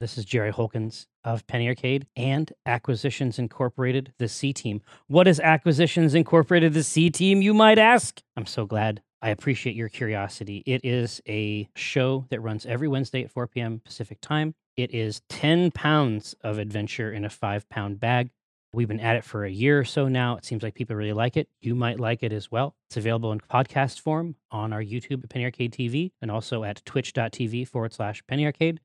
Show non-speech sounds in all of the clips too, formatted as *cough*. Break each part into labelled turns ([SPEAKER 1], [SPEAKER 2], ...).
[SPEAKER 1] This is Jerry Holkins of Penny Arcade and Acquisitions Incorporated, the C Team. What is Acquisitions Incorporated, the C Team, you might ask? I'm so glad. I appreciate your curiosity. It is a show that runs every Wednesday at 4 p.m. Pacific time. It is 10 pounds of adventure in a five pound bag. We've been at it for a year or so now. It seems like people really like it. You might like it as well. It's available in podcast form on our YouTube at Penny Arcade TV and also at twitch.tv forward slash Penny Arcade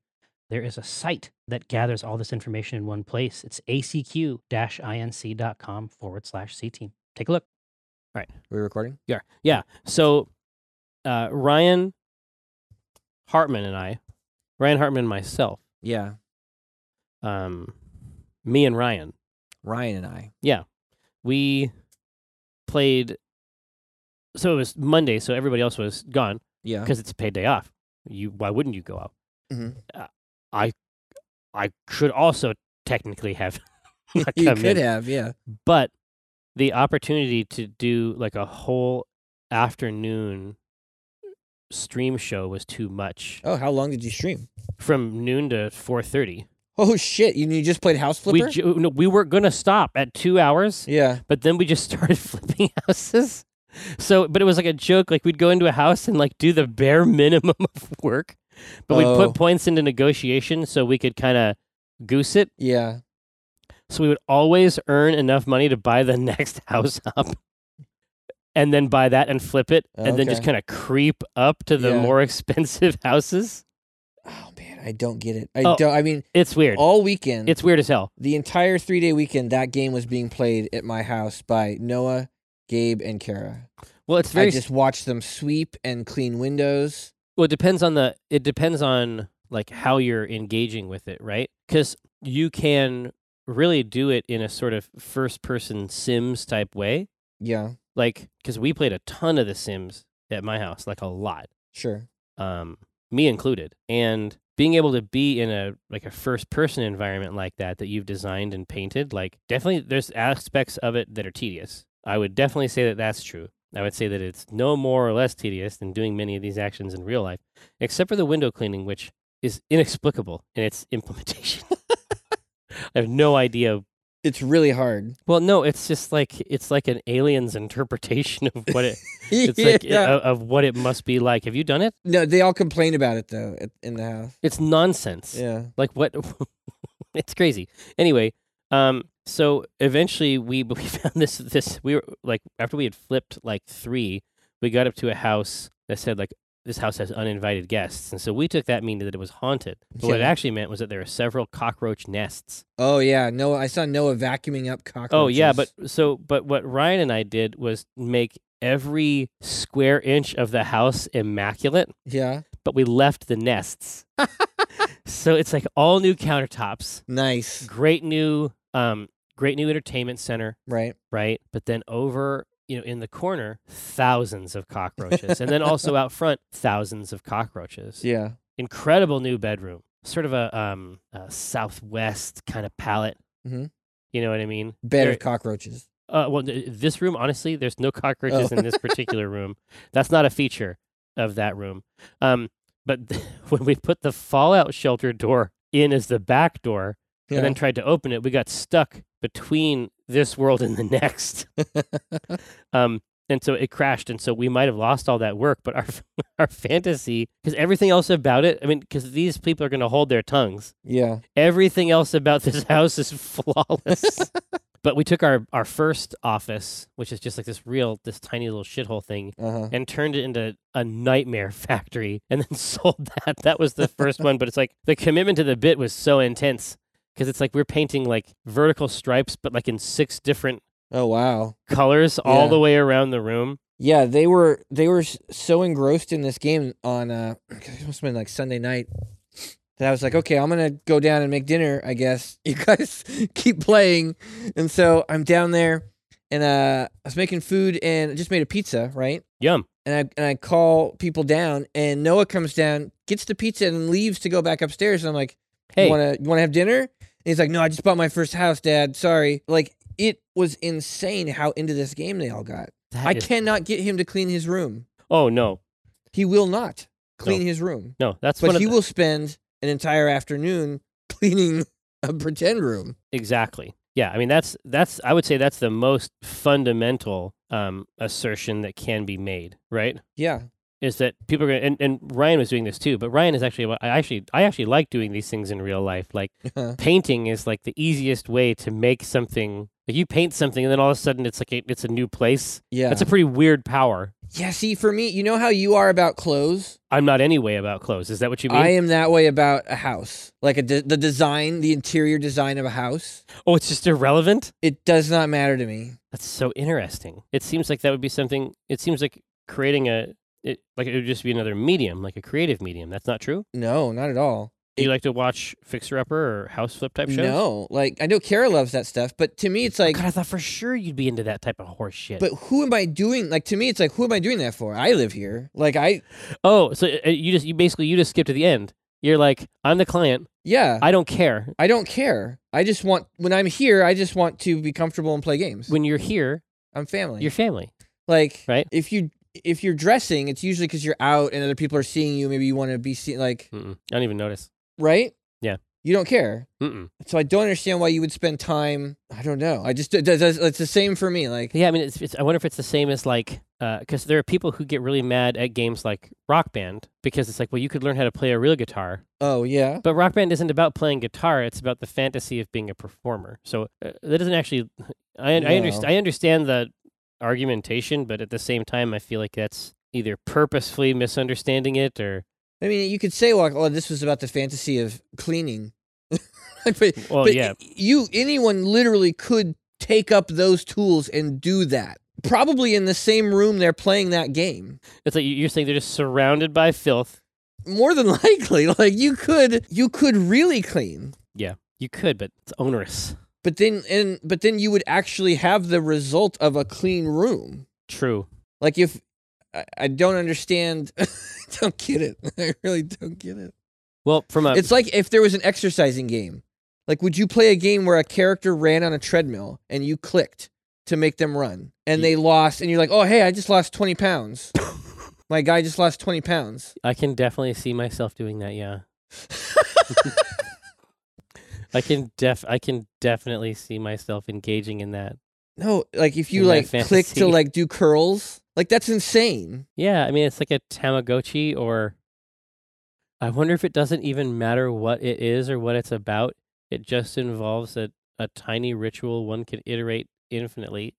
[SPEAKER 1] there is a site that gathers all this information in one place. It's acq inc.com forward slash C team. Take a look.
[SPEAKER 2] we recording?
[SPEAKER 3] Yeah. Yeah. So uh, Ryan Hartman and I, Ryan Hartman and myself,
[SPEAKER 2] Yeah.
[SPEAKER 3] um, me and Ryan,
[SPEAKER 2] Ryan and I.
[SPEAKER 3] we played. So it was Monday, so everybody else was gone
[SPEAKER 2] Yeah.
[SPEAKER 3] because it's a paid day off. You, why wouldn't you go out? Uh,
[SPEAKER 2] Mhm.
[SPEAKER 3] I should also technically have *laughs* not
[SPEAKER 2] *laughs* You
[SPEAKER 3] come
[SPEAKER 2] could
[SPEAKER 3] in,
[SPEAKER 2] have, yeah.
[SPEAKER 3] but the opportunity to do like a whole afternoon stream show was too much.
[SPEAKER 2] Oh, how long did you stream?
[SPEAKER 3] from noon to four thirty.
[SPEAKER 2] Oh shit! You, you just played House Flipper?
[SPEAKER 3] We ju- no, we were gonna stop at two hours,
[SPEAKER 2] yeah.
[SPEAKER 3] but then we just *laughs* started flipping houses. So, but it was like a joke. Like we'd go into a house and like do the bare minimum *laughs* of work, but we'd
[SPEAKER 2] Oh.
[SPEAKER 3] put points into negotiation so we could kind of goose it.
[SPEAKER 2] Yeah.
[SPEAKER 3] So we would always earn enough money to buy the *laughs* next house up. And then buy that and flip it, and then just
[SPEAKER 2] Okay.
[SPEAKER 3] kind of creep up to the
[SPEAKER 2] Yeah.
[SPEAKER 3] more *laughs* expensive houses.
[SPEAKER 2] Oh man, I don't get it. I
[SPEAKER 3] Oh.
[SPEAKER 2] don't. I mean,
[SPEAKER 3] It's weird.
[SPEAKER 2] all weekend,
[SPEAKER 3] it's weird as hell.
[SPEAKER 2] the entire three day weekend, that game was being played at my house by Noah, Gabe, and Kara.
[SPEAKER 3] Well, it's very
[SPEAKER 2] I just watched them sweep and clean windows.
[SPEAKER 3] Well, it depends on the. It depends on like how you're engaging with it, right? Because you can really do it in a sort of first person Sims type way,
[SPEAKER 2] Yeah,
[SPEAKER 3] like because we played a ton of the Sims at my house, like a lot,
[SPEAKER 2] sure.
[SPEAKER 3] um, me included, and being able to be in a like a first person environment like that that you've designed and painted, like definitely there's aspects of it that are tedious. I would definitely say that that's true. I would say that it's no more or less tedious than doing many of these actions in real life, except for the window cleaning, which is inexplicable in its *laughs* implementation. I have no idea.
[SPEAKER 2] It's really hard.
[SPEAKER 3] Well, no, it's just like it's like an alien's interpretation of what it *laughs* it's like
[SPEAKER 2] *laughs*
[SPEAKER 3] uh,
[SPEAKER 2] Yeah.
[SPEAKER 3] of, of what it must be like. Have you done it?
[SPEAKER 2] no, they all complain about it though at, in the house.
[SPEAKER 3] It's nonsense.
[SPEAKER 2] Yeah.
[SPEAKER 3] Like what? *laughs* it's crazy. Anyway, um, so eventually we *laughs* we found this this we were like after we had flipped like three, we got up to a house that said like this house has uninvited guests, and so we took that meaning that it was haunted. But what it
[SPEAKER 2] Yeah.
[SPEAKER 3] actually meant was that there were several cockroach nests.
[SPEAKER 2] Oh yeah, Noah. I saw Noah vacuuming up cockroaches.
[SPEAKER 3] Oh yeah, but so but what Ryan and I did was make every square inch of the house immaculate
[SPEAKER 2] yeah,
[SPEAKER 3] but we left the *laughs* nests so it's like all new countertops
[SPEAKER 2] nice.
[SPEAKER 3] great new um great new entertainment center
[SPEAKER 2] Right.
[SPEAKER 3] right but then over you know in the corner thousands of cockroaches and then
[SPEAKER 2] *laughs*
[SPEAKER 3] also out front thousands of cockroaches
[SPEAKER 2] Yeah.
[SPEAKER 3] incredible new bedroom sort of a um a southwest kind of palette
[SPEAKER 2] Mhm.
[SPEAKER 3] you know what i mean
[SPEAKER 2] Bed
[SPEAKER 3] Very-
[SPEAKER 2] of cockroaches.
[SPEAKER 3] uh, well, th- this room, honestly, there's no cockroaches
[SPEAKER 2] Oh.
[SPEAKER 3] in this
[SPEAKER 2] *laughs*
[SPEAKER 3] particular room. That's not a feature of that room. Um, but *laughs* when we put the fallout shelter door in as the back door
[SPEAKER 2] Yeah.
[SPEAKER 3] and then tried to open it, we got stuck between this world and the next. um, and so it crashed, and so we might have lost all that work. But our *laughs* our fantasy, because everything else about it, I mean, because these people are going to hold their tongues
[SPEAKER 2] yeah.
[SPEAKER 3] everything else about this *laughs* house is flawless. but we took our, our first office, which is just like this real, this tiny little shithole thing,
[SPEAKER 2] Uh huh.
[SPEAKER 3] and turned it into a nightmare *laughs* factory and then *laughs* sold that. That was the first one. But it's like the commitment to the bit was so intense because it's like we're painting like vertical stripes, but like in six different
[SPEAKER 2] Oh wow.
[SPEAKER 3] colors all
[SPEAKER 2] Yeah.
[SPEAKER 3] the way around the room.
[SPEAKER 2] Yeah, they were they were s- so engrossed in this game on uh it must have been like Sunday night that I was like, okay, I'm gonna go down and make dinner. I guess *laughs* you guys keep playing, and so I'm down there, and uh, I was making food and I just made a pizza, right?
[SPEAKER 3] Yum.
[SPEAKER 2] And I and I call people down, and Noah comes down, gets the pizza, and leaves to go back upstairs. And I'm like,
[SPEAKER 3] Hey,
[SPEAKER 2] you wanna you wanna have dinner? And he's like, No, I just bought my first house, Dad. Sorry. Like it was insane how into this game they all got.
[SPEAKER 3] that
[SPEAKER 2] I
[SPEAKER 3] is-
[SPEAKER 2] cannot get him to clean his room.
[SPEAKER 3] Oh, no.
[SPEAKER 2] He will not clean his room.
[SPEAKER 3] No, that's one
[SPEAKER 2] But
[SPEAKER 3] of
[SPEAKER 2] he
[SPEAKER 3] the-
[SPEAKER 2] will spend an entire afternoon *laughs* cleaning a pretend room.
[SPEAKER 3] Exactly. Yeah, I mean that's that's I would say that's the most fundamental um, assertion that can be made, right?
[SPEAKER 2] Yeah.
[SPEAKER 3] Is that people are gonna and, and Ryan was doing this too, but Ryan is actually I actually I actually like doing these things in real life.
[SPEAKER 2] *laughs*
[SPEAKER 3] Like
[SPEAKER 2] Uh-huh.
[SPEAKER 3] painting is like the easiest way to make something. Like you paint something and then all of a sudden it's like a, it's a new place.
[SPEAKER 2] yeah.
[SPEAKER 3] That's a pretty weird power.
[SPEAKER 2] yeah, see, for me, you know how you are about clothes?
[SPEAKER 3] I'm not any way about clothes. Is that what you mean?
[SPEAKER 2] I am that way about a house. Like a de- the design, the interior design of a house.
[SPEAKER 3] oh, it's just irrelevant.
[SPEAKER 2] It does not matter to me.
[SPEAKER 3] That's so interesting. It seems like that would be something. It seems like creating a it, like it would just be another medium, like a creative medium. That's not true.
[SPEAKER 2] No, not at all.
[SPEAKER 3] Do you
[SPEAKER 2] It-
[SPEAKER 3] like to watch Fixer Upper or House Flip type shows?
[SPEAKER 2] No, like I know Kara loves that stuff, but to me, it's like,
[SPEAKER 3] God, I thought for sure you'd be into that type of horse shit.
[SPEAKER 2] but who am I doing? Like to me, it's like, who am I doing that for? I live here. Like I,
[SPEAKER 3] oh, so uh, you just you basically you just skip to the end. You're like, I'm the client.
[SPEAKER 2] yeah,
[SPEAKER 3] I don't care.
[SPEAKER 2] I don't care. I just want when I'm here, I just want to be comfortable and play games.
[SPEAKER 3] When you're here,
[SPEAKER 2] I'm family.
[SPEAKER 3] your family.
[SPEAKER 2] like
[SPEAKER 3] Right.
[SPEAKER 2] if you if you're dressing, it's usually because you're out and other people are seeing you. Maybe you want to be seen. Like
[SPEAKER 3] Mm-mm. I don't even notice.
[SPEAKER 2] right?
[SPEAKER 3] Yeah.
[SPEAKER 2] You don't care.
[SPEAKER 3] Mm-mm.
[SPEAKER 2] So I don't understand why you would spend time. I don't know. I just it does- it's, the same for me. Like
[SPEAKER 3] Yeah, I mean, it's, it's, I wonder if it's the same as like, because there are people who get really mad at games like Rock Band because it's like, well, you could learn how to play a real guitar,
[SPEAKER 2] oh yeah,
[SPEAKER 3] But rock band isn't about playing guitar; it's about the fantasy of being a performer. So uh, that doesn't actually. I I, underst-
[SPEAKER 2] No.
[SPEAKER 3] I understand the argumentation, but at the same time, I feel like that's either purposefully misunderstanding it or
[SPEAKER 2] I mean you could say like oh this was about the fantasy of cleaning. *laughs* but,
[SPEAKER 3] well,
[SPEAKER 2] but
[SPEAKER 3] yeah,
[SPEAKER 2] y- you anyone literally could take up those tools and do that. Probably in the same room they're playing that game.
[SPEAKER 3] it's like you- you're saying they're just surrounded by filth.
[SPEAKER 2] More than *laughs* likely, like you could you could really clean.
[SPEAKER 3] You could, but it's onerous.
[SPEAKER 2] But then and but then you would actually have the result of a clean room.
[SPEAKER 3] True.
[SPEAKER 2] Like if I, I don't understand *laughs* I don't get it. *laughs* I really don't get it.
[SPEAKER 3] Well, from a
[SPEAKER 2] It's like if there was an exercising game. Like, would you play a game where a character ran on a treadmill and you clicked to make them run and they lost, and you're like, oh, hey, I just lost
[SPEAKER 3] *laughs*
[SPEAKER 2] 20 pounds. My guy just lost 20 pounds.
[SPEAKER 3] I can definitely see myself doing that. *laughs* Yeah. I can def I can definitely see myself engaging in that.
[SPEAKER 2] No, like if you
[SPEAKER 3] In that
[SPEAKER 2] like click
[SPEAKER 3] fantasy.
[SPEAKER 2] to like do curls, like that's insane.
[SPEAKER 3] Yeah, I mean it's like a Tamagotchi or I wonder if it doesn't even matter what it is or what it's about. It just involves a, a tiny ritual one can iterate infinitely.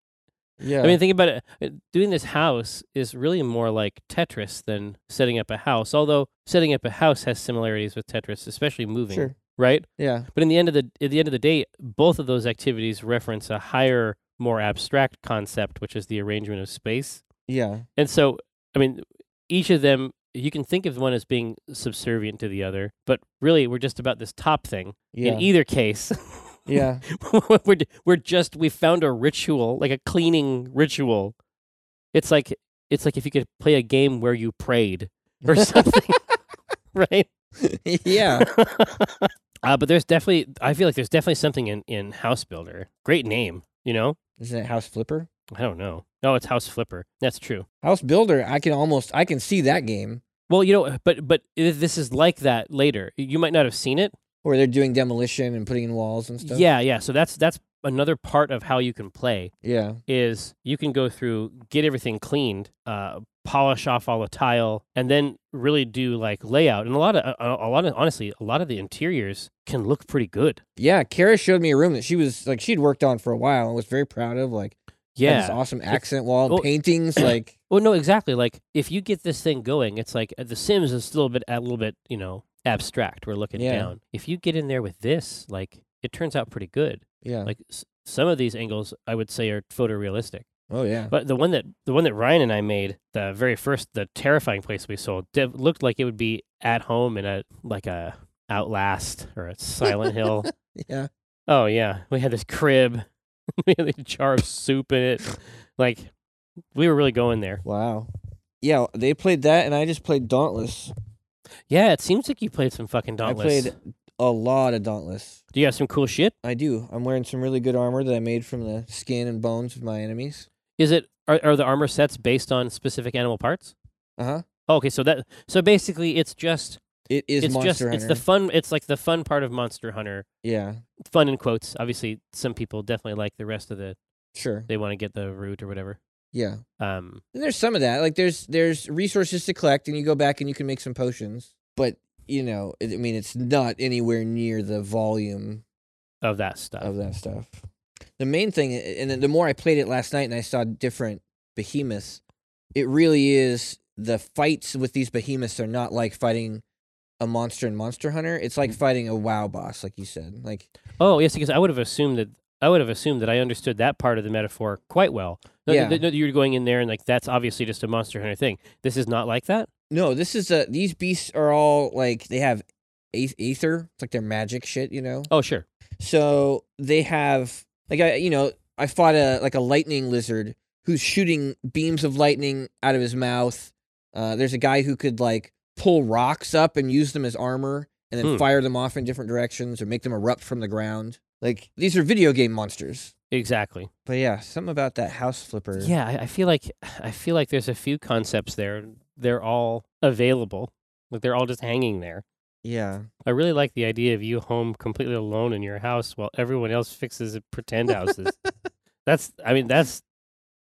[SPEAKER 2] Yeah.
[SPEAKER 3] I mean think about it. uh, Doing this house is really more like Tetris than setting up a house, although setting up a house has similarities with Tetris, especially moving,
[SPEAKER 2] sure.
[SPEAKER 3] right?
[SPEAKER 2] Yeah.
[SPEAKER 3] But in the end of the at the end of the day, both of those activities reference a higher, more abstract concept, which is the arrangement of space.
[SPEAKER 2] Yeah.
[SPEAKER 3] And so, I mean, each of them, you can think of one as being subservient to the other, but really, we're just about this top thing.
[SPEAKER 2] Yeah.
[SPEAKER 3] In either case, *laughs*
[SPEAKER 2] yeah.
[SPEAKER 3] we're, we're just, we found a ritual, like a cleaning ritual. It's like, it's like if you could play a game where you prayed
[SPEAKER 2] *laughs*
[SPEAKER 3] or something, *laughs* right? *laughs*
[SPEAKER 2] yeah.
[SPEAKER 3] uh, but there's definitely, I feel like there's definitely something in, in House Builder. Great name, you know?
[SPEAKER 2] Isn't it House Flipper?
[SPEAKER 3] I don't know. No, it's House Flipper. That's true.
[SPEAKER 2] House Builder, I can almost I can see that game
[SPEAKER 3] Well, you know, uh, but but i- this is like that later. You might not have seen it.
[SPEAKER 2] where they're doing demolition and putting in walls and stuff.
[SPEAKER 3] Yeah, yeah. So that's that's another part of how you can play
[SPEAKER 2] Yeah.
[SPEAKER 3] is you can go through, get everything cleaned, uh, polish off all the tile, and then really do like layout. And a lot of a, a a lot of honestly, a lot of the interiors can look pretty good.
[SPEAKER 2] Yeah, Kara showed me a room that she was like she'd worked on for a while and was very proud of. Like had this
[SPEAKER 3] Yeah.
[SPEAKER 2] awesome accent wall and
[SPEAKER 3] well- *coughs*
[SPEAKER 2] paintings. Like
[SPEAKER 3] Well, oh, no, exactly. Like if you get this thing going, it's like uh, The Sims is still a bit a little bit you know abstract. We're looking
[SPEAKER 2] Yeah.
[SPEAKER 3] down. If you get in there with this, like it turns out pretty good.
[SPEAKER 2] yeah,
[SPEAKER 3] like s- some of these angles i would say are photorealistic
[SPEAKER 2] oh yeah,
[SPEAKER 3] but the one that the one that ryan and i made the very first the terrifying place we sold dev- looked like it would be at home in a like a outlast or a silent hill
[SPEAKER 2] *laughs* yeah,
[SPEAKER 3] oh yeah we had this crib *laughs* we had a jar of soup in it like we were really going there
[SPEAKER 2] wow, yeah. They played that, and I just played Dauntless.
[SPEAKER 3] yeah it seems like you played some fucking dauntless
[SPEAKER 2] I played a lot of Dauntless.
[SPEAKER 3] do you have some cool shit
[SPEAKER 2] I do. I'm wearing some really good armor that I made from the skin and bones of my enemies.
[SPEAKER 3] is it are, are the armor sets based on specific animal parts Oh,
[SPEAKER 2] Uh huh.
[SPEAKER 3] Okay, so that so basically it's just
[SPEAKER 2] It is
[SPEAKER 3] it's
[SPEAKER 2] Monster
[SPEAKER 3] just
[SPEAKER 2] Hunter.
[SPEAKER 3] it's the fun. It's like the fun part of Monster Hunter.
[SPEAKER 2] yeah,
[SPEAKER 3] Fun in quotes. Obviously, some people definitely like the rest of the.
[SPEAKER 2] sure.
[SPEAKER 3] They want to get the root or whatever.
[SPEAKER 2] Yeah.
[SPEAKER 3] Um,
[SPEAKER 2] And there's some of that. Like there's there's resources to collect, and you go back and you can make some potions. But you know, it, I mean, it's not anywhere near the volume
[SPEAKER 3] of that stuff.
[SPEAKER 2] of that stuff. The main thing, and the more I played it last night, and I saw different behemoths, it really is the fights with these behemoths are not like fighting a monster in Monster Hunter. It's like fighting a WoW boss, like you said. Like
[SPEAKER 3] Oh yes, because I would have assumed that I would have assumed that I understood that part of the metaphor quite well. No,
[SPEAKER 2] Yeah.
[SPEAKER 3] no, no, you're going in there and like that's obviously just a Monster Hunter thing. This is not like that.
[SPEAKER 2] no, this is a these beasts are all like they have aeth- aether. It's like their magic shit, you know.
[SPEAKER 3] Oh sure.
[SPEAKER 2] So they have like I you know I fought a like a lightning lizard who's shooting beams of lightning out of his mouth. Uh, there's a guy who could like pull rocks up and use them as armor and then
[SPEAKER 3] Hmm.
[SPEAKER 2] fire them off in different directions or make them erupt from the ground. Like these are video game monsters.
[SPEAKER 3] Exactly.
[SPEAKER 2] But yeah, something about that house flipper.
[SPEAKER 3] Yeah, I, I feel like *sighs* I feel like there's a few concepts there. They're all available. Like they're all just hanging there.
[SPEAKER 2] Yeah. *laughs*
[SPEAKER 3] I really like the idea of you home completely alone in your house while everyone else fixes pretend
[SPEAKER 2] *laughs*
[SPEAKER 3] houses. that's I mean that's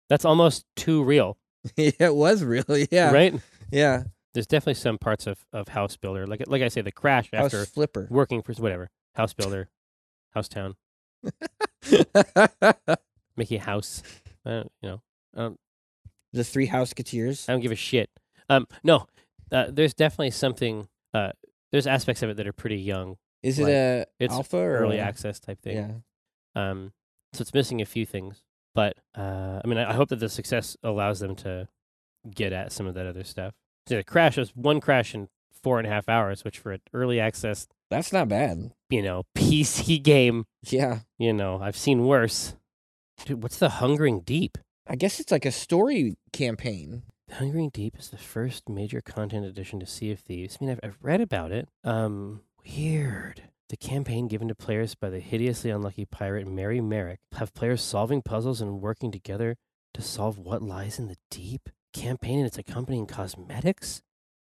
[SPEAKER 3] that's almost too real,
[SPEAKER 2] it was really. Yeah.
[SPEAKER 3] right?
[SPEAKER 2] Yeah.
[SPEAKER 3] There's definitely some parts of, of House Builder, like like I say, the crash after
[SPEAKER 2] house flipper.
[SPEAKER 3] working for whatever House Builder, House Town,
[SPEAKER 2] *laughs* the
[SPEAKER 3] Mickey House.
[SPEAKER 2] *laughs*
[SPEAKER 3] I don't, you know,
[SPEAKER 2] three houseketeers.
[SPEAKER 3] I don't give a shit. Um, no, uh, there's definitely something. Uh, there's aspects of it that are pretty young,
[SPEAKER 2] Is
[SPEAKER 3] like,
[SPEAKER 2] it a
[SPEAKER 3] it's
[SPEAKER 2] alpha or
[SPEAKER 3] early
[SPEAKER 2] a-
[SPEAKER 3] access type thing.
[SPEAKER 2] Yeah.
[SPEAKER 3] Um, so it's missing a few things, but uh, I mean, I, I hope that the success allows them to get at some of that other stuff. So the crash was one crash in four and a half hours, which for an early access,
[SPEAKER 2] That's not bad.
[SPEAKER 3] you know, *laughs* PC game,
[SPEAKER 2] Yeah.
[SPEAKER 3] you know, I've seen worse. Dude, what's the Hungering Deep?
[SPEAKER 2] I guess it's like a story campaign.
[SPEAKER 3] The Hungering Deep is the first major content addition to Sea of Thieves. I mean, I've, I've read about it. Um, weird. The campaign given to players by the hideously unlucky pirate Mary Merrick have players solving puzzles and working together to solve what lies in the deep. Campaign and its accompanying cosmetics.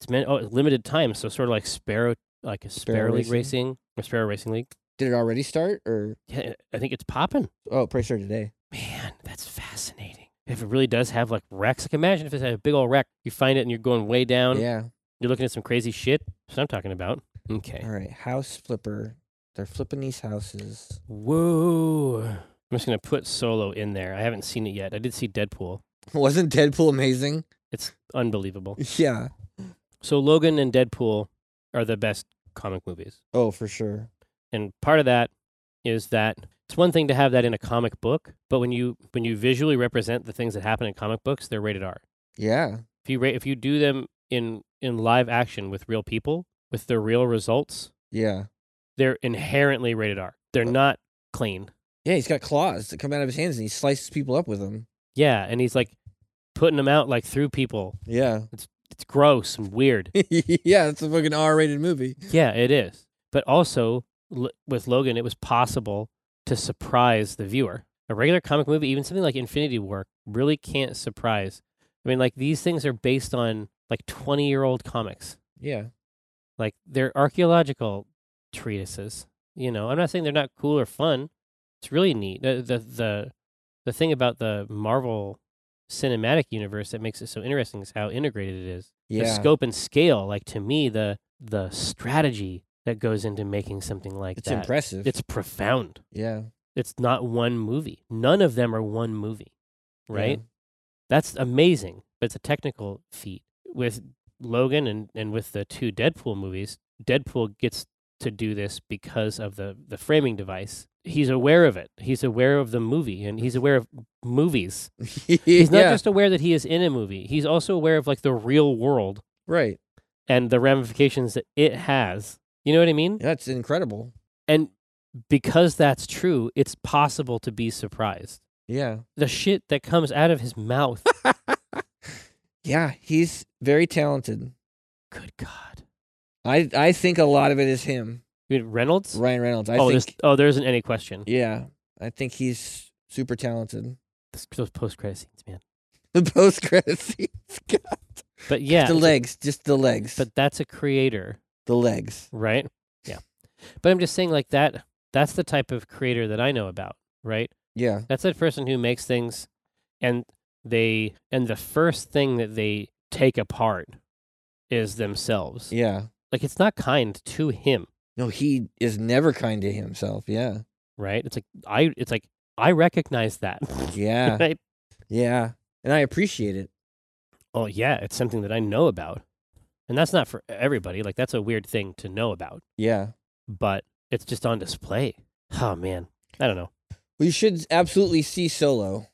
[SPEAKER 3] It's meant oh, it's limited time, so sort of like Sparrow, like a Sparrow, League
[SPEAKER 2] Racing?
[SPEAKER 3] Racing or Sparrow Racing League.
[SPEAKER 2] Did it already start or
[SPEAKER 3] Yeah, I think it's popping.
[SPEAKER 2] oh, pretty sure today.
[SPEAKER 3] Man, that's fascinating. If it really does have like wrecks, like imagine if it's a big old wreck. You find it and you're going way down.
[SPEAKER 2] Yeah.
[SPEAKER 3] You're looking at some crazy shit. That's what I'm talking about. Okay.
[SPEAKER 2] All right. House flipper. They're flipping these houses. *laughs*
[SPEAKER 3] Whoa. I'm just gonna put Solo in there. I haven't seen it yet. I did see Deadpool.
[SPEAKER 2] Wasn't Deadpool amazing? *laughs*
[SPEAKER 3] It's unbelievable.
[SPEAKER 2] Yeah.
[SPEAKER 3] So Logan and Deadpool are the best comic movies,
[SPEAKER 2] Oh, for sure.
[SPEAKER 3] and part of that is that it's one thing to have that in a comic book, but when you when you visually represent the things that happen in comic books, they're rated R.
[SPEAKER 2] Yeah.
[SPEAKER 3] If you ra- if you do them in in live action with real people with their real results,
[SPEAKER 2] Yeah.
[SPEAKER 3] they're inherently rated R. They're not clean.
[SPEAKER 2] Yeah, he's got claws that come out of his hands and he slices people up with them.
[SPEAKER 3] Yeah, and he's like putting them out like through people.
[SPEAKER 2] Yeah. *laughs*
[SPEAKER 3] It's gross and weird.
[SPEAKER 2] yeah, it's a fucking R rated movie.
[SPEAKER 3] yeah, it is. But also l- with Logan, it was possible to surprise the viewer. A regular comic movie, even something like Infinity War, really can't surprise. I mean, like these things are based on like twenty-year-old comics.
[SPEAKER 2] Yeah.
[SPEAKER 3] Like they're archaeological treatises. You know, I'm not saying they're not cool or fun. It's really neat. The the the, the thing about the Marvel cinematic universe that makes it so interesting is how integrated it is
[SPEAKER 2] Yeah.
[SPEAKER 3] the scope and scale like to me the the strategy that goes into making something like
[SPEAKER 2] it's
[SPEAKER 3] that
[SPEAKER 2] impressive.
[SPEAKER 3] it's profound
[SPEAKER 2] yeah.
[SPEAKER 3] it's not one movie none of them are one movie
[SPEAKER 2] Yeah.
[SPEAKER 3] right that's amazing but it's a technical feat with logan and and with the two deadpool movies deadpool gets to do this because of the the framing device he's aware of it he's aware of the movie and he's aware of movies he's not
[SPEAKER 2] yeah. *laughs*
[SPEAKER 3] just aware that he is in a movie he's also aware of like the real world
[SPEAKER 2] right.
[SPEAKER 3] and the ramifications that it has. You know what I mean?
[SPEAKER 2] That's incredible.
[SPEAKER 3] And because that's true, it's possible to be surprised.
[SPEAKER 2] Yeah.
[SPEAKER 3] The shit that comes out of his mouth.
[SPEAKER 2] Yeah, he's very talented.
[SPEAKER 3] Good God.
[SPEAKER 2] I I think a lot of it is him,
[SPEAKER 3] You mean Reynolds?
[SPEAKER 2] Ryan Reynolds. I
[SPEAKER 3] oh,
[SPEAKER 2] think
[SPEAKER 3] there's, oh, there isn't any question.
[SPEAKER 2] yeah, I think he's super talented. *laughs*
[SPEAKER 3] This- Those post credit scenes, man.
[SPEAKER 2] The post credit scenes, God.
[SPEAKER 3] But yeah,
[SPEAKER 2] the legs, just the legs.
[SPEAKER 3] but that's a creator
[SPEAKER 2] the legs.
[SPEAKER 3] right? Yeah. But I'm just saying like that that's the type of creator that I know about, right?
[SPEAKER 2] Yeah.
[SPEAKER 3] That's that person who makes things and they and the first thing that they take apart is themselves.
[SPEAKER 2] Yeah.
[SPEAKER 3] Like it's not kind to him,
[SPEAKER 2] No, he is never kind to himself. Yeah.
[SPEAKER 3] right? It's like I it's like I recognize that.
[SPEAKER 2] *laughs*
[SPEAKER 3] *laughs*
[SPEAKER 2] Yeah.
[SPEAKER 3] right?
[SPEAKER 2] yeah. And I appreciate it.
[SPEAKER 3] Oh yeah, it's something that I know about. And that's not for everybody. Like that's a weird thing to know about,
[SPEAKER 2] Yeah.
[SPEAKER 3] but it's just on display. Oh man. I don't know.
[SPEAKER 2] Well, you should absolutely see Solo.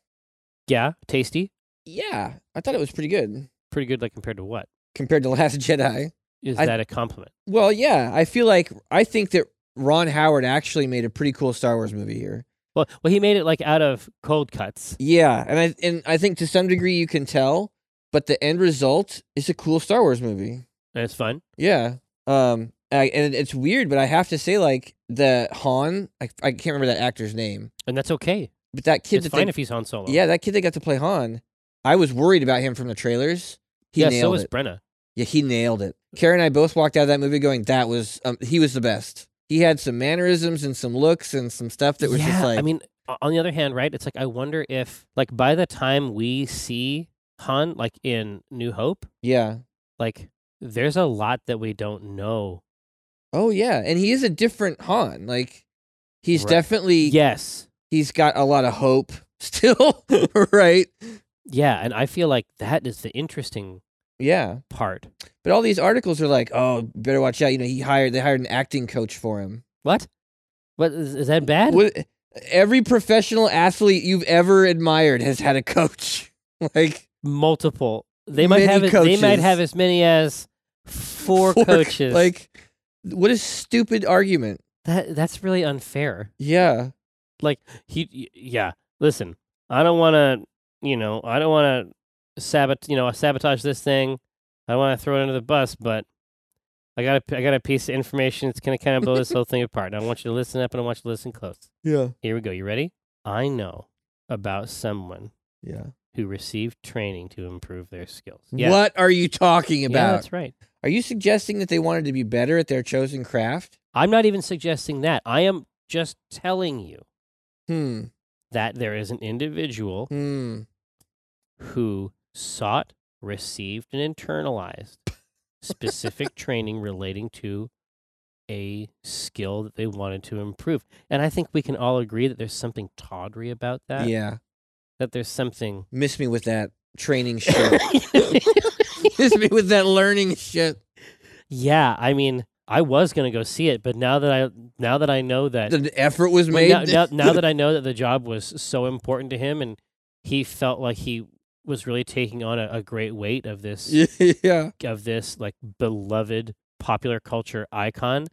[SPEAKER 3] Yeah, tasty.
[SPEAKER 2] Yeah. I thought it was pretty good
[SPEAKER 3] Pretty good like compared to what?
[SPEAKER 2] compared to *laughs* Last Jedi.
[SPEAKER 3] Is
[SPEAKER 2] I-
[SPEAKER 3] that a compliment?
[SPEAKER 2] Well, yeah. I feel like I think that Ron Howard actually made a pretty cool Star Wars movie here.
[SPEAKER 3] Well, well, he made it like out of cold cuts.
[SPEAKER 2] Yeah, and I and I think to some degree you can tell, but the end result is a cool Star Wars movie.
[SPEAKER 3] And it's fun.
[SPEAKER 2] Yeah. Um I, and it's weird, but I have to say like the Han, I, I can't remember that actor's name,
[SPEAKER 3] And that's okay.
[SPEAKER 2] but that kid
[SPEAKER 3] it's
[SPEAKER 2] that
[SPEAKER 3] fine
[SPEAKER 2] they-
[SPEAKER 3] if he's Han Solo.
[SPEAKER 2] Yeah, that kid that got to play Han, I was worried about him from the trailers. He
[SPEAKER 3] yeah,
[SPEAKER 2] nailed
[SPEAKER 3] so was
[SPEAKER 2] it.
[SPEAKER 3] Brenna.
[SPEAKER 2] Yeah, he nailed it. Karen and I both walked out of that movie going, "That was um, he was the best." He had some mannerisms and some looks and some stuff that was
[SPEAKER 3] yeah,
[SPEAKER 2] just like,
[SPEAKER 3] I mean, o- on the other hand, right? It's like I wonder if like by the time we see Han like in New Hope,
[SPEAKER 2] yeah,
[SPEAKER 3] like there's a lot that we don't know.
[SPEAKER 2] oh yeah, and he is a different Han. Like he's
[SPEAKER 3] Right.
[SPEAKER 2] definitely
[SPEAKER 3] Yes.
[SPEAKER 2] he's got a lot of hope *laughs* still, right?
[SPEAKER 3] Yeah, and I feel like that is the interesting
[SPEAKER 2] Yeah.
[SPEAKER 3] part.
[SPEAKER 2] But all these articles are like, "Oh, better watch out." You know, he hired they hired an acting coach for him.
[SPEAKER 3] What? What is, is that bad?
[SPEAKER 2] What, every professional athlete you've ever admired has had a coach. *laughs* Like
[SPEAKER 3] Multiple. They might
[SPEAKER 2] Many
[SPEAKER 3] have as- they might
[SPEAKER 2] coaches.
[SPEAKER 3] have as many as
[SPEAKER 2] *laughs*
[SPEAKER 3] four,
[SPEAKER 2] fork-
[SPEAKER 3] coaches.
[SPEAKER 2] Like what a stupid argument.
[SPEAKER 3] that that's really unfair.
[SPEAKER 2] Yeah.
[SPEAKER 3] like he y- yeah listen i don't want to you know i don't want to sabot you know sabotage this thing i don't want to throw it under the bus but i got a i got a piece of information that's going to kind of blow this whole thing apart and i want you to listen up and i want you to listen close
[SPEAKER 2] Yeah.
[SPEAKER 3] here we go you ready i know about someone
[SPEAKER 2] Yeah.
[SPEAKER 3] who received training to improve their skills yeah
[SPEAKER 2] What are you talking
[SPEAKER 3] yeah
[SPEAKER 2] about?
[SPEAKER 3] that's right
[SPEAKER 2] are you suggesting that they wanted to be better at their chosen craft?
[SPEAKER 3] i'm not even suggesting that i am just telling you
[SPEAKER 2] Hmm.
[SPEAKER 3] that there is an individual
[SPEAKER 2] Hmm.
[SPEAKER 3] who sought, received, and internalized
[SPEAKER 2] *laughs*
[SPEAKER 3] specific training relating to a skill that they wanted to improve. And I think we can all agree that there's something tawdry about that.
[SPEAKER 2] yeah.
[SPEAKER 3] That there's
[SPEAKER 2] *coughs*
[SPEAKER 3] something.
[SPEAKER 2] Miss me with that
[SPEAKER 3] *laughs*
[SPEAKER 2] training shit. *laughs* Miss me with that learning shit.
[SPEAKER 3] yeah, I mean, I was gonna go see it, but now that I now that I know that
[SPEAKER 2] The effort was
[SPEAKER 3] Well,
[SPEAKER 2] made.
[SPEAKER 3] now, now,
[SPEAKER 2] *laughs*
[SPEAKER 3] now that I know that the job was so important to him and he felt like he was really taking on a, a great weight of this
[SPEAKER 2] *laughs* yeah.
[SPEAKER 3] of this like beloved popular culture icon.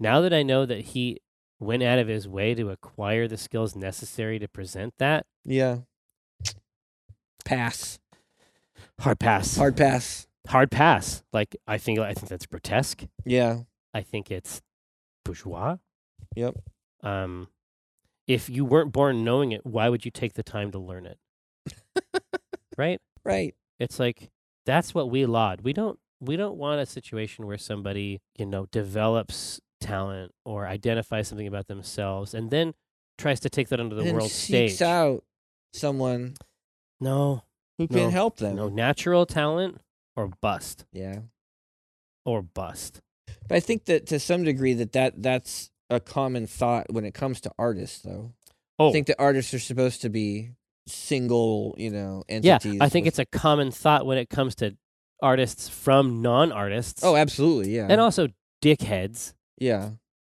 [SPEAKER 3] Now that I know that he went out of his way to acquire the skills necessary to present that,
[SPEAKER 2] Yeah. Pass.
[SPEAKER 3] hard pass.
[SPEAKER 2] Hard pass.
[SPEAKER 3] Hard pass. Like I think I think that's grotesque.
[SPEAKER 2] Yeah.
[SPEAKER 3] I think it's bourgeois.
[SPEAKER 2] Yep.
[SPEAKER 3] Um if you weren't born knowing it, why would you take the time to learn
[SPEAKER 2] *laughs*
[SPEAKER 3] it? right?
[SPEAKER 2] Right.
[SPEAKER 3] It's like that's what we laud. We don't we don't want a situation where somebody, you know, develops talent or identifies something about themselves and then tries to take that onto the
[SPEAKER 2] and
[SPEAKER 3] world
[SPEAKER 2] seeks
[SPEAKER 3] stage.
[SPEAKER 2] out someone
[SPEAKER 3] No,
[SPEAKER 2] who
[SPEAKER 3] No.
[SPEAKER 2] can help them.
[SPEAKER 3] no natural talent or bust
[SPEAKER 2] Yeah.
[SPEAKER 3] or bust.
[SPEAKER 2] But I think that to some degree that, that that's a common thought when it comes to artists though.
[SPEAKER 3] Oh,
[SPEAKER 2] I think that artists are supposed to be single, you know,
[SPEAKER 3] yeah.
[SPEAKER 2] entities.
[SPEAKER 3] I think it's
[SPEAKER 2] with-
[SPEAKER 3] a common thought when it comes to artists from non-artists
[SPEAKER 2] Oh, absolutely. Yeah.
[SPEAKER 3] and also dickheads.
[SPEAKER 2] yeah.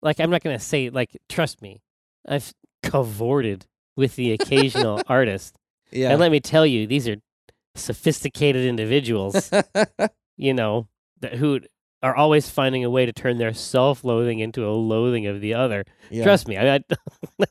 [SPEAKER 3] Like I'm not going to say like trust me. I've cavorted with the
[SPEAKER 2] *laughs*
[SPEAKER 3] occasional artist
[SPEAKER 2] Yeah.
[SPEAKER 3] And let me tell you, these are sophisticated
[SPEAKER 2] *laughs*
[SPEAKER 3] individuals, you know, that who are always finding a way to turn their self-loathing into a loathing of the other.
[SPEAKER 2] *laughs* yeah.
[SPEAKER 3] Trust me, I, *laughs* I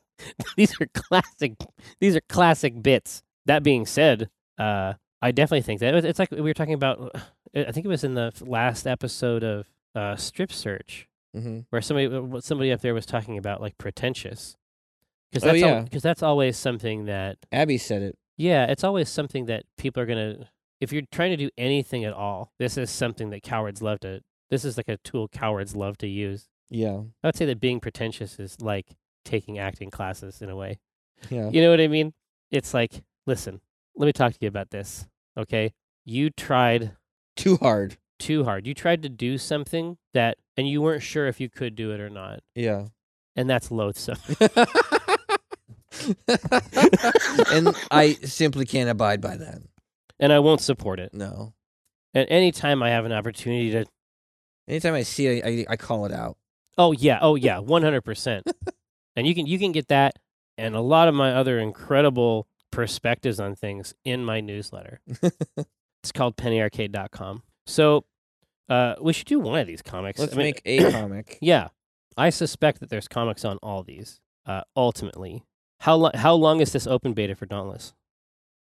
[SPEAKER 3] these are classic. These are classic bits. That being said, uh, I definitely think that it- it's like we were talking about. uh, I think it was in the f- last episode of uh, Strip Search
[SPEAKER 2] hmm
[SPEAKER 3] where somebody uh, w- somebody up there was talking about like pretentious, because
[SPEAKER 2] Oh,
[SPEAKER 3] that's
[SPEAKER 2] yeah.
[SPEAKER 3] because that's always something that
[SPEAKER 2] Abby said it.
[SPEAKER 3] yeah, it's always something that people are gonna. If you're trying to do anything at all, this is something that cowards love to This is like a tool cowards love to use.
[SPEAKER 2] Yeah.
[SPEAKER 3] I would say that being pretentious is like taking acting classes in a way.
[SPEAKER 2] Yeah.
[SPEAKER 3] You know what I mean? It's like, listen, let me talk to you about this. Okay. You tried
[SPEAKER 2] Too hard.
[SPEAKER 3] too hard. You tried to do something that, and you weren't sure if you could do it or not.
[SPEAKER 2] *laughs* Yeah.
[SPEAKER 3] And that's loathsome.
[SPEAKER 2] *laughs* and I simply can't abide by that.
[SPEAKER 3] *laughs* and I won't support it.
[SPEAKER 2] No.
[SPEAKER 3] And any time I have an opportunity to,
[SPEAKER 2] Anytime I see it, I, I call it out.
[SPEAKER 3] oh yeah, oh
[SPEAKER 2] *laughs*
[SPEAKER 3] yeah, one hundred percent. And you can you can get that and a lot of my other incredible perspectives on things in my
[SPEAKER 2] *laughs*
[SPEAKER 3] newsletter. it's called pennyarcade.com. So uh, we should do one of these comics.
[SPEAKER 2] Let's
[SPEAKER 3] I mean,
[SPEAKER 2] make *clears throat* a comic.
[SPEAKER 3] Yeah, I suspect that there's comics on all these. Uh, ultimately, how long how long is this open beta for Dauntless? Is,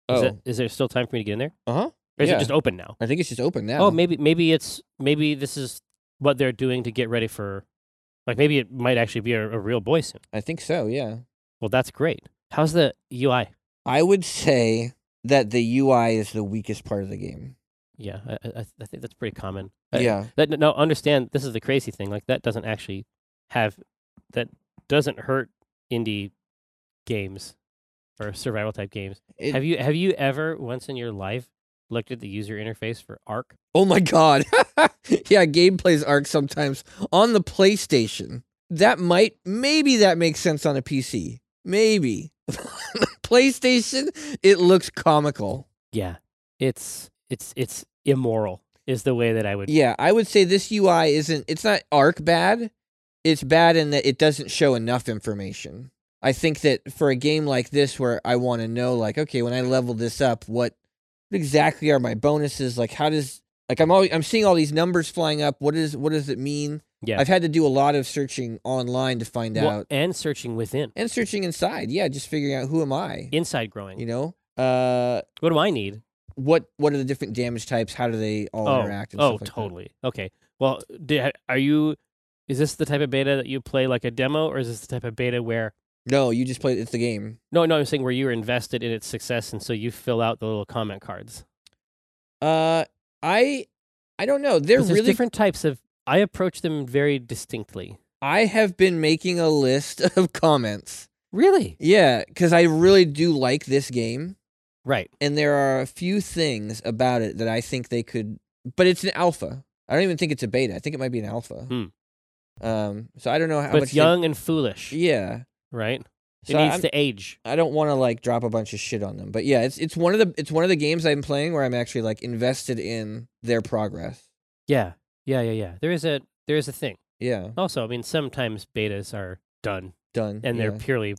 [SPEAKER 2] Oh.
[SPEAKER 3] it- is there still time for me to get in there,
[SPEAKER 2] Uh huh.
[SPEAKER 3] or is
[SPEAKER 2] Yeah.
[SPEAKER 3] it just open now?
[SPEAKER 2] I think it's just open now.
[SPEAKER 3] Oh, maybe maybe it's maybe this is what they're doing to get ready for, like maybe it might actually be a, a real boy soon.
[SPEAKER 2] I think so. Yeah.
[SPEAKER 3] Well, that's great. How's the UI?
[SPEAKER 2] I would say that the UI is the weakest part of the game.
[SPEAKER 3] Yeah, I, I, I- I think that's pretty common. I-
[SPEAKER 2] yeah.
[SPEAKER 3] That no, understand. This is the crazy thing. Like that doesn't actually have that doesn't hurt indie games or survival type games.
[SPEAKER 2] It-
[SPEAKER 3] have you have you ever once in your life looked at the user interface for Arc?
[SPEAKER 2] Oh my god. *laughs* yeah, game plays Arc sometimes on the PlayStation. That might maybe that makes sense on a PC. Maybe. *laughs* PlayStation, it looks comical.
[SPEAKER 3] Yeah, it's it's it's immoral. Is the way that I would.
[SPEAKER 2] Yeah, I would say this UI isn't it's not Arc bad. It's bad in that it doesn't show enough information. I think that for a game like this where I want to know like okay, when I level this up, what what exactly are my bonuses? Like how does like I'm always, I'm seeing all these numbers flying up. What is what does it mean?
[SPEAKER 3] Yeah.
[SPEAKER 2] I've had to do a lot of searching online to find
[SPEAKER 3] Well,
[SPEAKER 2] out
[SPEAKER 3] and searching within
[SPEAKER 2] and searching inside. Yeah, just figuring out who am I.
[SPEAKER 3] inside growing.
[SPEAKER 2] You know, uh,
[SPEAKER 3] What do I need?
[SPEAKER 2] what what are the different damage types? How do they all
[SPEAKER 3] oh,
[SPEAKER 2] interact? And
[SPEAKER 3] oh,
[SPEAKER 2] stuff like that.
[SPEAKER 3] totally. Okay. Well, di- are you? Is this the type of beta that you play like a demo, or is this the type of beta where?
[SPEAKER 2] No, you just play. It's the game.
[SPEAKER 3] No, no, I'm saying where you're invested in its success, and so you fill out the little comment cards.
[SPEAKER 2] Uh, I I don't know. They're
[SPEAKER 3] 'Cause there's
[SPEAKER 2] really.
[SPEAKER 3] different types of. I approach them very distinctly.
[SPEAKER 2] I have been making a list *laughs* of comments.
[SPEAKER 3] Really?
[SPEAKER 2] Yeah, because I really do like this game,
[SPEAKER 3] Right.
[SPEAKER 2] and there are a few things about it that I think they could. But it's an alpha. I don't even think it's a beta. I think it might be an alpha.
[SPEAKER 3] Hmm.
[SPEAKER 2] Um, so I don't know how
[SPEAKER 3] but
[SPEAKER 2] much
[SPEAKER 3] it's
[SPEAKER 2] they-
[SPEAKER 3] young and foolish.
[SPEAKER 2] Yeah.
[SPEAKER 3] Right.
[SPEAKER 2] So
[SPEAKER 3] it needs
[SPEAKER 2] I'm-
[SPEAKER 3] to age.
[SPEAKER 2] I don't want to like drop a bunch of shit on them, but yeah, it's it's one of the it's one of the games I'm playing where I'm actually like invested in their progress.
[SPEAKER 3] Yeah. Yeah. Yeah. Yeah. There is a there is a thing.
[SPEAKER 2] Yeah,
[SPEAKER 3] Also, I mean, sometimes betas are done
[SPEAKER 2] done.
[SPEAKER 3] and
[SPEAKER 2] yeah.
[SPEAKER 3] they're purely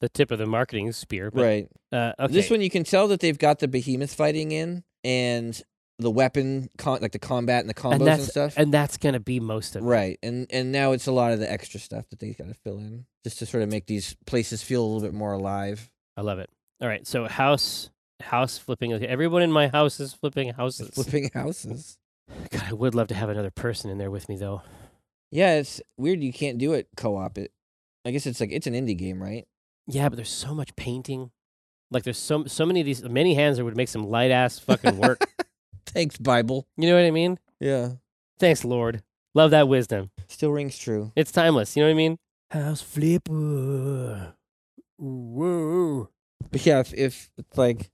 [SPEAKER 3] the tip of the marketing spear. But,
[SPEAKER 2] right.
[SPEAKER 3] Uh, okay.
[SPEAKER 2] This one you can tell that they've got the behemoth fighting in and the weapon con- like the combat and the combos
[SPEAKER 3] and
[SPEAKER 2] and,
[SPEAKER 3] that's
[SPEAKER 2] stuff.
[SPEAKER 3] and that's gonna be most of it.
[SPEAKER 2] right, and and now it's a lot of the extra stuff that they got to fill in just to sort of make these places feel a little bit more alive.
[SPEAKER 3] I love it. All right. So house house flipping. Okay, everyone in my house is flipping houses.
[SPEAKER 2] *laughs* Flipping houses.
[SPEAKER 3] God, I would love to have another person in there with me though.
[SPEAKER 2] Yeah, it's weird you can't do it co-op. It, I guess it's like it's an indie game, right?
[SPEAKER 3] Yeah, but there's so much painting. Like there's so so many of these many hands that would make some light ass fucking work. *laughs*
[SPEAKER 2] Thanks, Bible.
[SPEAKER 3] you know what I mean?
[SPEAKER 2] Yeah.
[SPEAKER 3] Thanks, Lord. Love that wisdom.
[SPEAKER 2] Still rings true.
[SPEAKER 3] It's timeless. You know what I mean? House flipper. Whoa.
[SPEAKER 2] But yeah, if, if it's like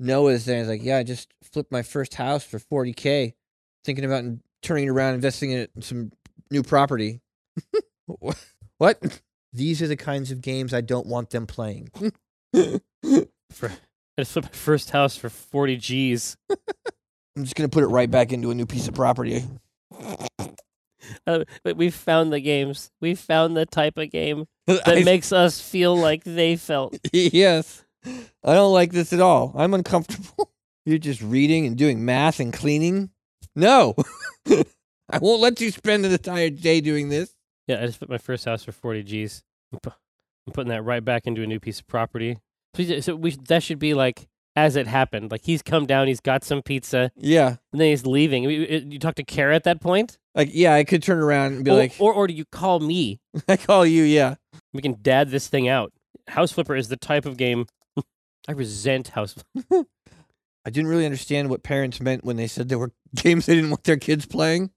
[SPEAKER 2] Noah's there, he's like, yeah, I just flipped my first house for 40K, thinking about in- turning it around, investing in it- some new property. *laughs* Wha- what? These are the kinds of games I don't want them playing. I'm
[SPEAKER 3] I just flipped my first house for 40 G's.
[SPEAKER 2] just going to put it right back into a new piece of property.
[SPEAKER 3] Uh, but we found the games. We found the type of game that
[SPEAKER 2] *laughs* I-
[SPEAKER 3] makes us feel like they
[SPEAKER 2] *laughs*
[SPEAKER 3] felt.
[SPEAKER 2] yes. I don't like this at all. I'm uncomfortable. *laughs* You're just reading and doing math and cleaning? No. *laughs* I won't let you spend an entire day doing this.
[SPEAKER 3] Yeah, I just put my first house for 40 G's. I'm, pu- I'm putting that right back into a new piece of property. So, we- so we, that should be like as it happened. Like he's come down, he's got some pizza,
[SPEAKER 2] Yeah.
[SPEAKER 3] and then he's leaving. We- we- You talk to Kara at that point?
[SPEAKER 2] Like, yeah, I could turn around and be
[SPEAKER 3] or,
[SPEAKER 2] like, *laughs*
[SPEAKER 3] or, or do you call me?
[SPEAKER 2] I call you, yeah.
[SPEAKER 3] We can dad this thing out. House Flipper is the type of game. *laughs* I resent House *laughs* Flipper.
[SPEAKER 2] *laughs* I didn't really understand what parents meant when they said there were games they didn't want their kids playing.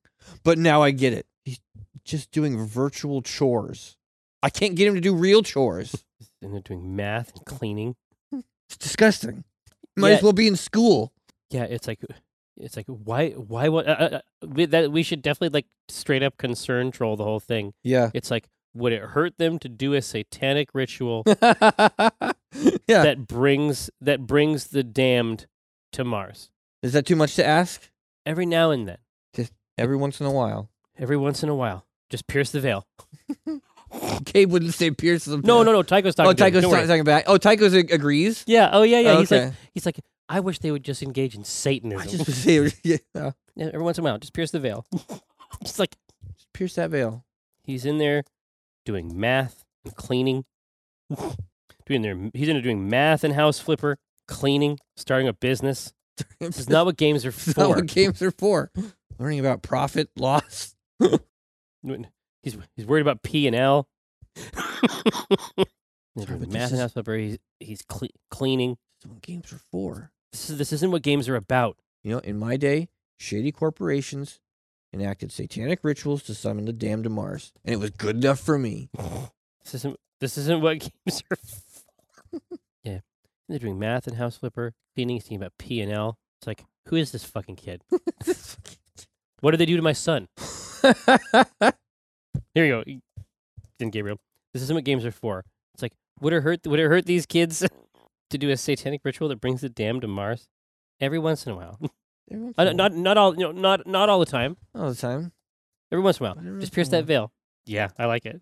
[SPEAKER 2] But now I get it. He's just doing virtual chores. I can't get him to do real chores.
[SPEAKER 3] And they're doing math and cleaning.
[SPEAKER 2] It's disgusting. Might as
[SPEAKER 3] Yeah.
[SPEAKER 2] well be in school.
[SPEAKER 3] Yeah, it's like, it's like why why what uh, uh, uh, we, that we should definitely like straight up concern troll the whole thing.
[SPEAKER 2] *laughs* Yeah.
[SPEAKER 3] It's like would it hurt them to do a satanic ritual
[SPEAKER 2] *laughs* yeah.
[SPEAKER 3] that brings that brings the damned to Mars
[SPEAKER 2] Is that too much to ask?
[SPEAKER 3] every now and then,
[SPEAKER 2] Every once in a while. *laughs*
[SPEAKER 3] every once in a while? Just pierce the veil.
[SPEAKER 2] Gabe wouldn't say Pierce. is a-
[SPEAKER 3] No, no, no. Tycho's talking.
[SPEAKER 2] Oh,
[SPEAKER 3] to him,
[SPEAKER 2] Tycho's
[SPEAKER 3] don't worry.
[SPEAKER 2] talking back. Oh, Tycho agrees.
[SPEAKER 3] Yeah. Oh, yeah, yeah.
[SPEAKER 2] Oh,
[SPEAKER 3] He's like,
[SPEAKER 2] okay.
[SPEAKER 3] he's like, I wish they would just engage in Satanism.
[SPEAKER 2] I just was saying, *laughs* yeah,
[SPEAKER 3] *laughs* Yeah, every once in a while, just pierce the veil. *laughs* just like
[SPEAKER 2] just pierce that veil.
[SPEAKER 3] he's in there doing math and cleaning. *laughs* doing their, he's in there doing math and house flipper, cleaning, starting a business. This
[SPEAKER 2] *laughs*
[SPEAKER 3] is not what games are
[SPEAKER 2] It's not
[SPEAKER 3] for. *laughs*
[SPEAKER 2] what games are for. Learning about profit, loss.
[SPEAKER 3] he's he's worried about P and
[SPEAKER 2] *laughs*
[SPEAKER 3] L. He's
[SPEAKER 2] Sorry,
[SPEAKER 3] doing
[SPEAKER 2] but this
[SPEAKER 3] math
[SPEAKER 2] is-
[SPEAKER 3] and house flipper. He's he's cle- cleaning.
[SPEAKER 2] That's what games are for.
[SPEAKER 3] This is this isn't what games are about. *laughs*
[SPEAKER 2] You know, in my day, shady corporations enacted satanic rituals to summon the damned to Mars, and it was good enough
[SPEAKER 3] *laughs*
[SPEAKER 2] for me.
[SPEAKER 3] This isn't this isn't what *laughs* games are *laughs* for. yeah. They're doing math and house flipper, cleaning, he's thinking about P and L. It's like, who is this fucking kid? What did they do to my son? Here you go. E, Then Gabriel. This isn't what games are for. It's like, would it hurt would it hurt these kids *laughs* to do a satanic ritual that brings the damned to Mars? Every once in a while. *laughs*
[SPEAKER 2] Everyone's
[SPEAKER 3] Uh,
[SPEAKER 2] doing
[SPEAKER 3] not not all you know, not not all the time.
[SPEAKER 2] it all the time.
[SPEAKER 3] Every once in a while.
[SPEAKER 2] Every once
[SPEAKER 3] Just
[SPEAKER 2] in
[SPEAKER 3] pierce
[SPEAKER 2] a
[SPEAKER 3] that
[SPEAKER 2] while.
[SPEAKER 3] veil. Yeah, I like it.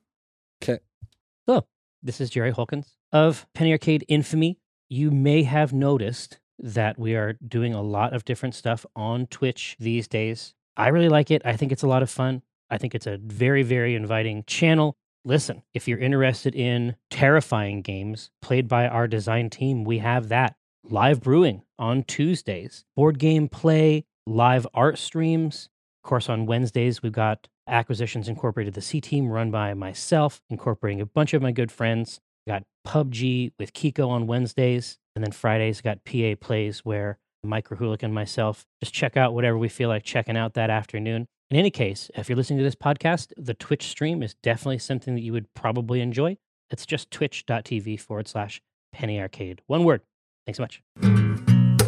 [SPEAKER 1] This is Jerry Holkins of Penny Arcade Infamy. You may have noticed that we are doing a lot of different stuff on Twitch these days. I really like it. I think it's a lot of fun. I think it's a very, very inviting channel. Listen, if you're interested in terrifying games played by our design team, we have that live brewing on Tuesdays, board game play, live art streams, of course, on Wednesdays, we've got Acquisitions Incorporated, the C team run by myself, incorporating a bunch of my good friends. We got PUBG with Kiko on Wednesdays. And then Fridays, got PA Plays, where Mike Rahulik and myself just check out whatever we feel like checking out that afternoon. In any case, if you're listening to this podcast, the Twitch stream is definitely something that you would probably enjoy. It's just twitch.tv forward slash penny arcade. One word. Thanks so much.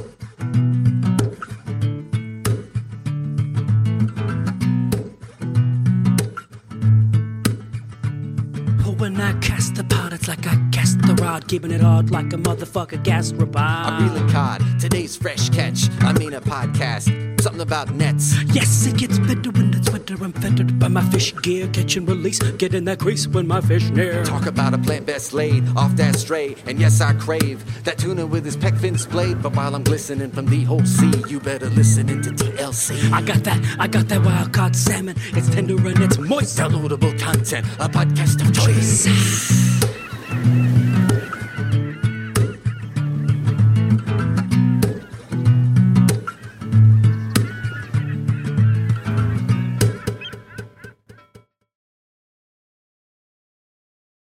[SPEAKER 4] Oh, when I cast the pot, it's like I cast the rod, keeping it hard like a motherfucker gas robot.
[SPEAKER 5] I reel a cod. Today's fresh catch. I mean a podcast. Something about nets.
[SPEAKER 4] Yes, it gets better when it's winter. I'm fettered by my fish gear, catch and release, get in that crease when my fish near.
[SPEAKER 5] Talk about a plant best laid off that stray. And yes, I crave that tuna with his peck fins blade. But while I'm glistening from the whole sea, you better listen into TLC.
[SPEAKER 4] I got that, I got that wild caught salmon. It's tender and it's moist.
[SPEAKER 5] Downloadable content, a podcast of choice.